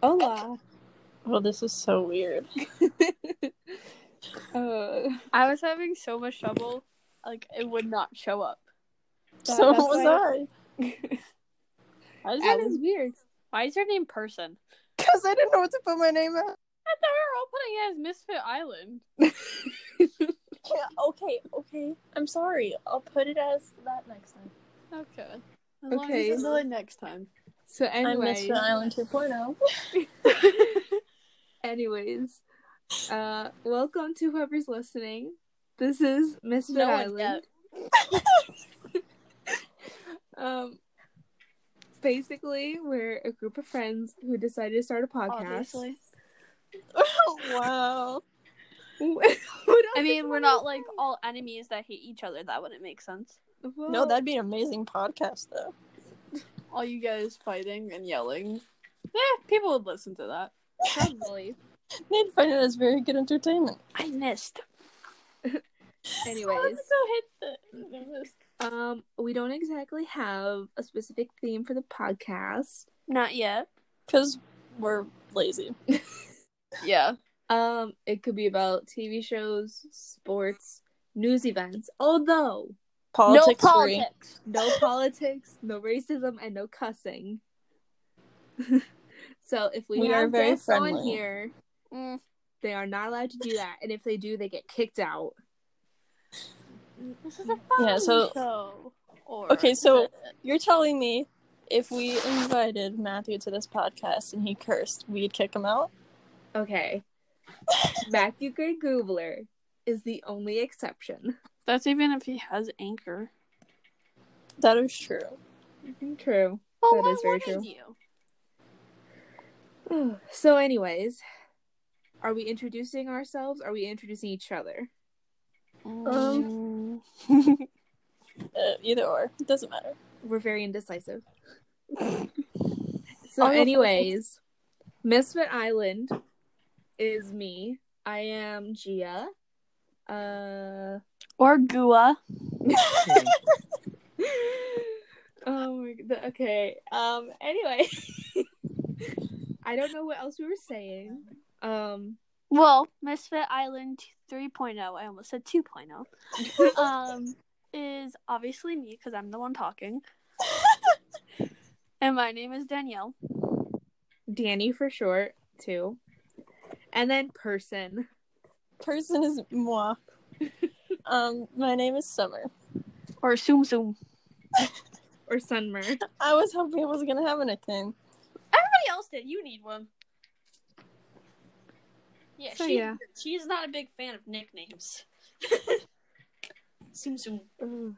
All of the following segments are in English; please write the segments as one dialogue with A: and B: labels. A: Hola.
B: Well, this is so weird.
A: Uh,
C: I was having so much trouble, like it would not show up.
A: That-
B: so
A: that's
B: was
A: why-
B: I. I
A: that
B: just
A: was weird.
C: Why is your name Person?
B: because I didn't know what to put my name at.
C: I thought we were all putting it as Misfit Island.
B: okay, okay. I'm sorry. I'll put it as that next time.
C: Okay.
A: long as Okay. it's
C: Until next time.
A: So anyway,
B: Island oh. 2.0.
A: anyways, uh, welcome to whoever's listening. This is Misfit
C: No one
A: Island. um, basically, we're a group of friends who decided to start a podcast.
C: Obviously.
B: wow.
A: What else
C: I
A: is
C: mean, we're
A: one
C: not
A: of
C: like all enemies that hate each other. That wouldn't make sense.
A: those- Well,
B: No, that'd be an amazing podcast, though.
C: All you guys fighting and yelling. Yeah, people would listen to that. Probably.
B: They'd find it as very good entertainment.
C: I missed.
A: Anyways,
C: Oh, so hit the. missed.
A: um, we don't exactly have a specific theme for the podcast.
C: Not yet.
B: Because we're lazy.
C: Yeah.
A: Um, it could be about TV shows, sports, news events. Although
B: Politics
C: no
B: free.
C: politics.
A: no politics, no racism, and no cussing. so if we,
B: We
A: have
B: are very
A: guests on
B: friendly.
A: here,
C: Mm.
A: they are not allowed to do that, and if they do, they get kicked out.
C: This is a fun
B: Yeah, so-
C: show. Or
B: Okay, so you're telling me if we invited Matthew to this podcast and he cursed, we'd kick him out?
A: Okay, Matthew Gray Goobler is the only exception.
C: that's even if he has anchor.
B: That is true.
A: True.
C: Well,
A: That
C: why
A: is very
C: wouldn't
A: true.
C: You?
A: so, anyways, are we introducing ourselves? Are we introducing each other?
C: Um,
B: Uh, either or. It doesn't matter.
A: We're very indecisive. so,
C: I'll go first.
A: anyways, Misfit Island is me. I am Gia. Uh,
C: or Gua.
A: oh my god. Okay. Um. Anyway, I don't know what else we were saying. Um.
C: Well, Misfit Island 3.0. I almost said 2.0. um, is obviously me because I'm the one talking. and my name is Danielle.
A: Danny for short, too. And then person.
B: Person is moi. um, my name is Summer.
C: Or Zoom Zoom.
A: Or Sunmer.
B: I was hoping I wasn't gonna have a nickname.
C: Everybody else did. You need one. Yeah,
A: So,
C: she,
A: yeah.
C: she's not a big fan of nicknames. Zoom Zoom.
B: I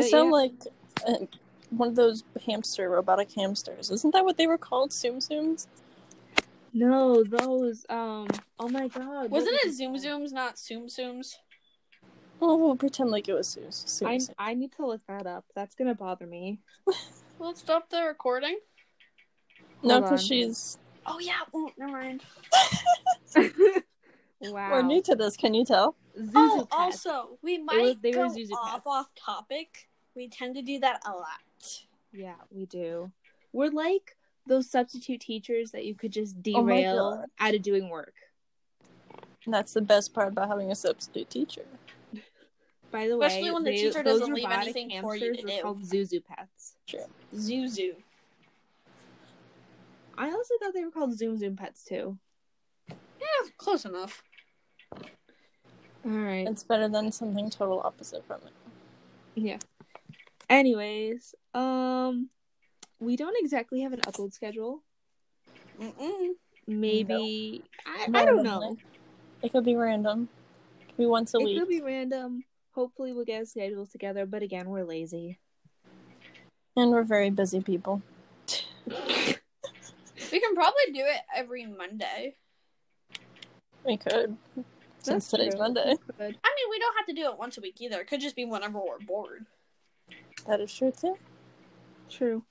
A: But
B: sound
A: yeah.
B: like uh, one of those hamster robotic hamsters. Isn't that what they were called? Zoom zooms.
A: No, those. Um. Oh my god. what
C: Wasn't
A: was
C: it Zoom Zooms, not Zoom Zooms?
B: Oh, we'll pretend like it was Zoom. Zoom,
A: I
B: Zoom.
A: I need to look that up. That's gonna bother me.
C: Well, let's stop the recording.
B: No,
A: hold on.
B: because she's
C: Oh, yeah. Oh, never mind.
A: wow.
B: we're new to this. Can you tell?
A: Zuzu
C: Oh,
A: Cat.
C: also, we might
A: was- they were
C: go
A: Zuzu
C: off
A: cats.
C: off topic. We tend to do that a lot.
A: Yeah, we do. We're like those substitute teachers that you could just
B: Oh my
A: derail
B: God.
A: out of doing work.
B: And that's the best part about having a substitute teacher.
A: By the
C: Especially
A: way,
C: when the
A: they-
C: teacher
A: those
C: doesn't leave
A: robotic
C: anything for you to
A: hamsters were
C: do.
A: called Zuzu pets.
C: Zuzu.
A: I also thought they were called Zoom Zoom pets too.
C: Yeah, close enough.
A: All right.
B: It's better than something total opposite from it.
A: Yeah. Anyways, um, we don't exactly have an upload schedule.
C: Mm-mm. Mm,
A: Maybe I, I don't know.
B: It could be random. It could be once a
A: It
B: week.
A: could be random. Hopefully, we'll get a schedule together. But again, we're lazy.
B: And we're very busy people.
C: We can probably do it every Monday.
B: We could.
A: That's
B: Since today's
A: true.
B: Monday.
A: We could.
C: I mean, we don't have to do it once a week either. It could just be whenever we're bored.
B: That is true too.
A: True.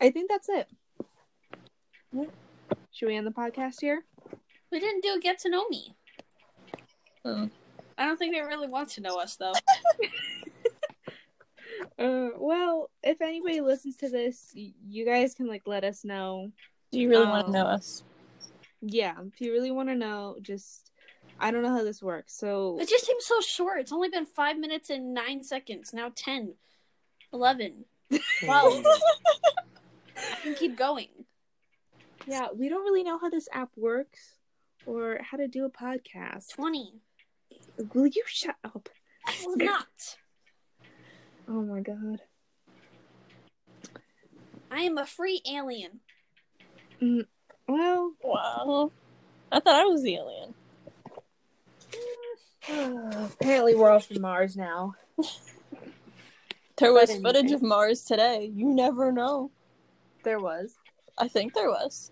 A: I think that's it.
B: Yeah.
A: Should we end the podcast here?
C: We didn't do Get to Know Me.
B: Mm. Hmm.
C: I don't think they really want to know us, though.
A: Uh, well, if anybody listens to this, y- you guys can like let us know.
B: Do you really want to
A: Um,
B: know us?
A: Yeah, if you really want to know, just I don't know how this works. So
C: It just seems so short. It's only been five minutes and nine seconds. Now 10, 11. Wow. I can keep going.
A: yeah, we don't really know how this app works or how to do a podcast.
C: 20.
A: Will you shut up?
C: I will not.
A: Oh my god.
C: I am a free alien.
A: Well,
B: Wow. I thought I was the alien.
A: apparently we're all from Mars now.
B: There was
A: But
B: footage
A: anyway.
B: of Mars today. You never know.
A: There was.
B: I think there was.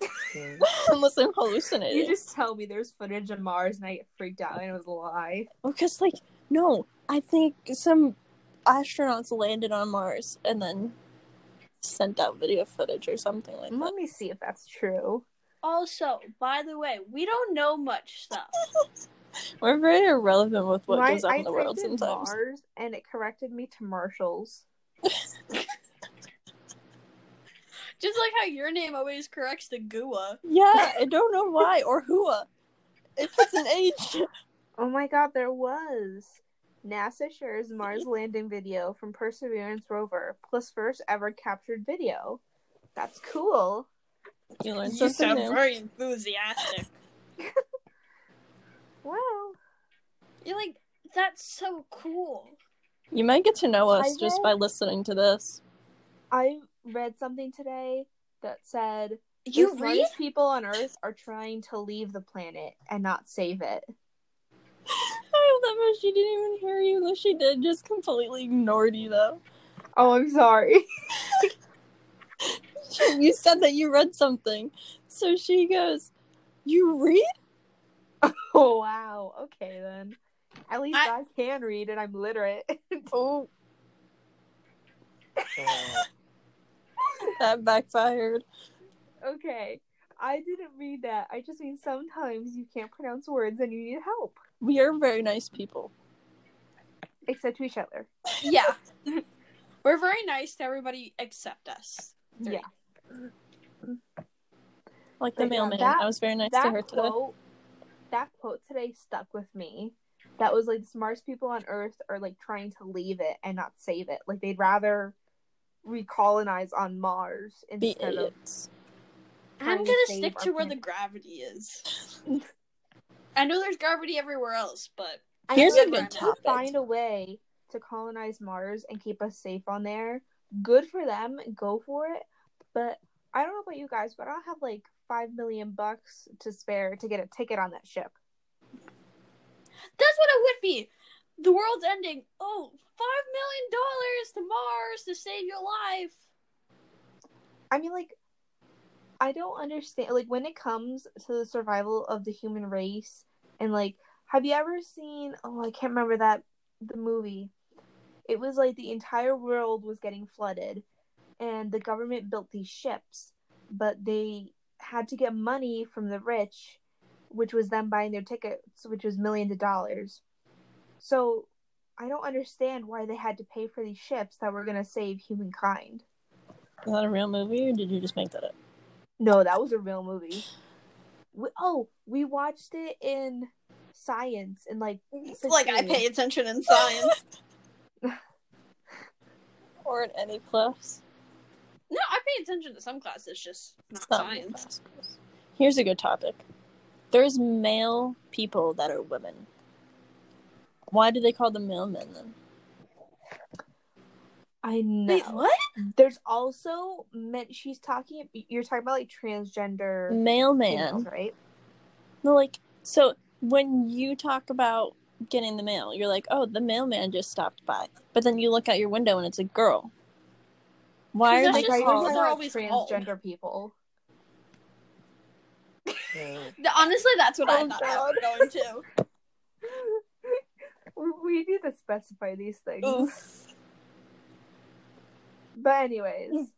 B: Unless I'm hallucinating.
A: You just tell me there's footage of Mars and I get freaked out and it was a lie.
B: Because, like, no, I think some astronauts landed on Mars and then sent out video footage or something like that.
A: Let me see if that's true.
C: Also, by the way, we don't know much stuff.
B: We're very irrelevant with what
A: Why-
B: goes on in the world
A: typed in
B: sometimes.
A: Mars and it corrected me to Marshalls.
C: Just like how your name always corrects the Gua.
B: Yeah, I don't know why or whoa. If it's an H,
A: Oh my god, there was. NASA shares Mars landing video from Perseverance rover, plus first ever captured video. That's cool.
B: you learn something new.
C: very enthusiastic.
A: Wow.
C: You're like, that's so cool.
B: You might get to know us
A: I
B: just
A: read-
B: by listening to this.
A: I read something today that said
C: You
A: the
C: read?
A: smartest people on Earth are trying to leave the planet and not save it.
B: I love how she didn't even hear you, though she did. Just completely ignored you, though.
A: Oh, I'm sorry.
B: You said that you read something, so she goes, "You read."
A: Oh wow. Okay then. At least
C: I-
A: I, can read and I'm literate.
B: Oh, that backfired.
A: okay. I didn't read that. I just mean sometimes you can't pronounce words and you need help.
B: We are very nice people.
A: Except to each other.
C: Yeah. We're very nice to everybody except us. Three.
A: Yeah.
B: Like
A: Like,
B: the
A: yeah,
B: mailman,
A: that-
B: I was very nice to
A: That
B: her today.
A: quote that quote today stuck with me. That was like the smartest people on earth are like trying to leave it and not save it. Like they'd rather recolonize on Mars
B: Be
A: instead of
B: idiots.
C: I'm
A: Trying to
C: gonna
A: save
C: stick
A: our
C: to where
A: planet.
C: the gravity is. I know there's gravity everywhere else, but
A: I
B: Here's
A: know
C: a good
A: if you
B: topic.
A: Find a way to colonize Mars and keep us safe on there. Good for them. Go for it. But I don't know about you guys, but I don't have like five million bucks to spare to get a ticket on that ship.
C: that's what it would be. The world's ending. Oh, five million dollars to Mars to save your life.
A: I mean, like, I don't understand. Like, when it comes to the survival of the human race, and like, have you ever seen? Oh, I can't remember that the movie. It was like the entire world was getting flooded, and the government built these ships, but they had to get money from the rich, which was them buying their tickets, which was millions of dollars. So, I don't understand why they had to pay for these ships that were going to save humankind.
B: Is that a real movie, or did you just make that up?
A: No, that was a real movie. We, oh, we watched it in science and like
C: Like I
A: Sicilian.
C: pay attention in science.
B: Or in any class?
C: no, I pay attention to some classes, just not
B: Some
C: science.
B: classes. Here's a good topic. There's male people that are women. Why do they call them mailmen then?
A: I know.
C: Wait, what?
A: There's also meant she's talking. You're talking about like transgender females,
B: Mailman.
A: right?
B: No, like so when you talk about getting the mail, you're like, oh, the mailman just stopped by. But then you look out your window and it's a girl. Why are
C: That's
A: Like,
B: they
C: just
A: I
C: called-
A: called
B: called?
C: they're
A: about
C: always called.
A: transgender people.
C: Th- Honestly, that's what I
A: Oh,
C: thought I was going to.
A: We- we need to specify these things.
B: Oof.
A: But anyways,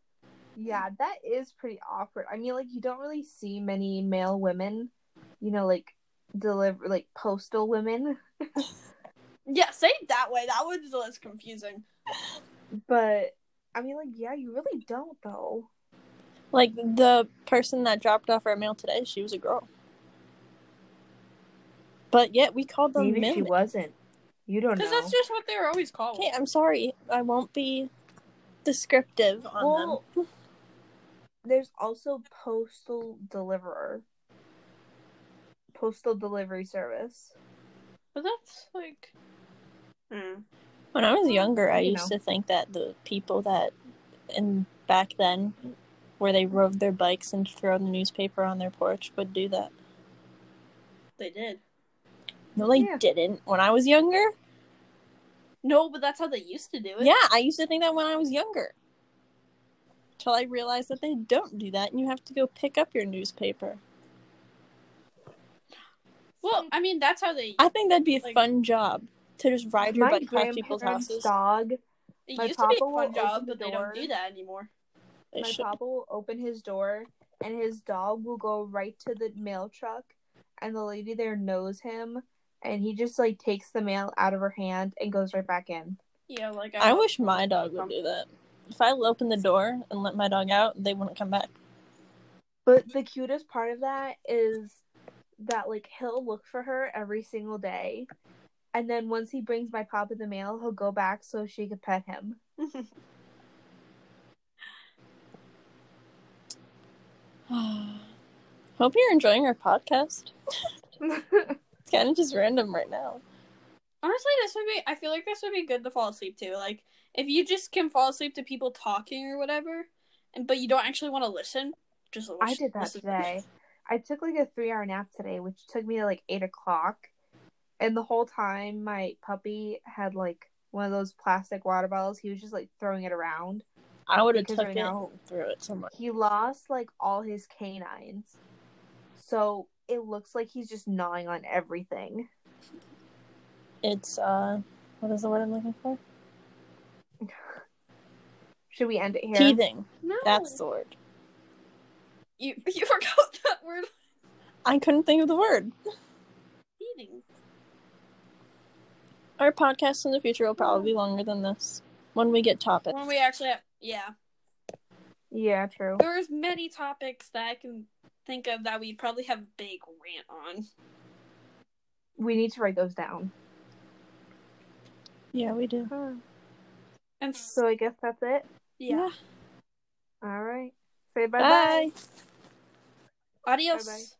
A: yeah, that is pretty awkward. I mean, like you don't really see many male women, you know, like deliver like postal women.
C: Yeah, say it that way. That was less confusing.
A: But I mean, like, yeah, you really don't though.
B: Like the person that dropped off our mail today, she was a girl. But yet we called them
A: Maybe she
B: mailmen.
A: wasn't. You don't know.
C: Because that's just what they were always called.
B: Okay, I'm sorry. I won't be descriptive on them.
A: well, there's also postal deliverer, postal delivery service.
C: But that's like. Mm.
B: When I was younger, I
A: you
B: used to think that the people that in back then where they rode their bikes and throw the newspaper on their porch would do that.
C: They did.
B: No, they
A: Yeah.
B: didn't. When I was younger?
C: No, but that's how they used to do it.
B: Yeah, I used to think that when I was younger. Till I realized that they don't do that and you have to go pick up your newspaper.
C: Well, I mean, that's how they.
B: I think that'd be a
C: Like-
B: fun job to just ride your
A: My
B: bike past people's
A: grandparents'
B: houses.
A: dog.
C: It
A: My
C: used to be a
A: papa will
C: fun
A: open
C: job,
A: the
C: but they
A: door.
C: don't do that anymore.
B: They
A: my
B: should.
A: papa will open his door and his dog will go right to the mail truck and the lady there knows him and he just like takes the mail out of her hand and goes right back in
C: Yeah, like
B: I wish my dog would do that. If I opened the door and let my dog out, they wouldn't come back.
A: but the cutest part of that is that like he'll look for her every single day and then once he brings my papa the mail he'll go back so she could pet him
B: Hope you're enjoying our podcast. It's kind of just random right now.
C: Honestly, this would be. I feel like this would be good to fall asleep to. Like, if you just can fall asleep to people talking or whatever, and but you don't actually want to listen, just
A: i
C: watch-
A: did that
C: listen.
A: today i took like a three hour nap today which took me to like eight o'clock And the whole time, my puppy had like one of those plastic water bottles. He was just like throwing it around.
B: I would have
A: Because
B: took
A: right
B: it
A: now-
B: and threw it somewhere.
A: He lost like all his canines. So it looks like he's just gnawing on everything.
B: It's uh, what is the word I'm looking for?
A: Should we end it here?
B: Teething.
C: No,
B: That's the word.
C: you. You forgot that word.
B: I couldn't think of the word.
C: Feeding.
B: Our podcast in the future will probably be longer than this when we get topics.
C: When we actually, have, yeah,
A: Yeah, true.
C: there's many topics that I can think of that we'd probably have a big rant on.
A: We need to write those down.
B: Yeah, we do.
C: And so,
A: So I guess that's it.
C: yeah,
A: All right. Say bye
B: Bye.
A: bye.
C: adios.
A: Bye-bye.